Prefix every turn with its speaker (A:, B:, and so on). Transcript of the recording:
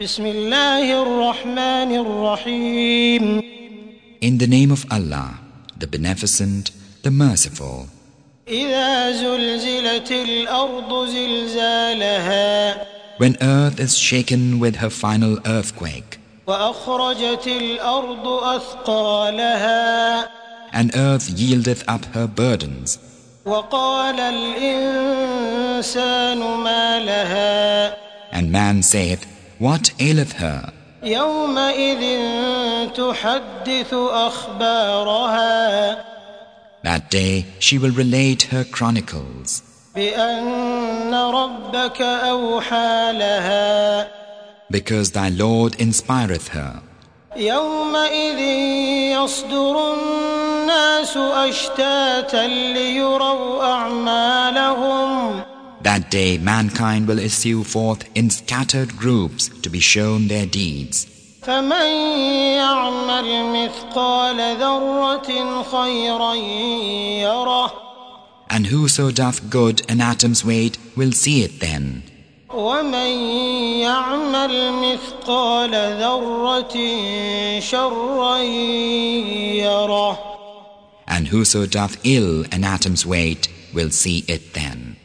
A: بسم الله الرحمن الرحيم
B: In the name of Allah, the Beneficent, the Merciful.
A: إذا زلزلت الأرض زلزالها
B: When earth is shaken with her final earthquake,
A: وأخرجت الأرض أثقالها
B: and earth yieldeth up her burdens,
A: وقال الإنسان ما لها
B: and man saith, What aileth her?
A: يومئذ تحدث أخبارها
B: That day she will relate her chronicles,
A: بأن ربك أوحى لها
B: because thy Lord inspireth her.
A: يومئذ يصدر الناس أشتاتا ليروا أعمالهم
B: That day mankind will issue forth in scattered groups to be shown their deeds.
A: فمن يعمل مثقال ذرة خيرا يره
B: And whoso doth good an atom's weight will see it then.
A: ومن يعمل مثقال ذرة شرا يره
B: And whoso doth ill an atom's weight will see it then.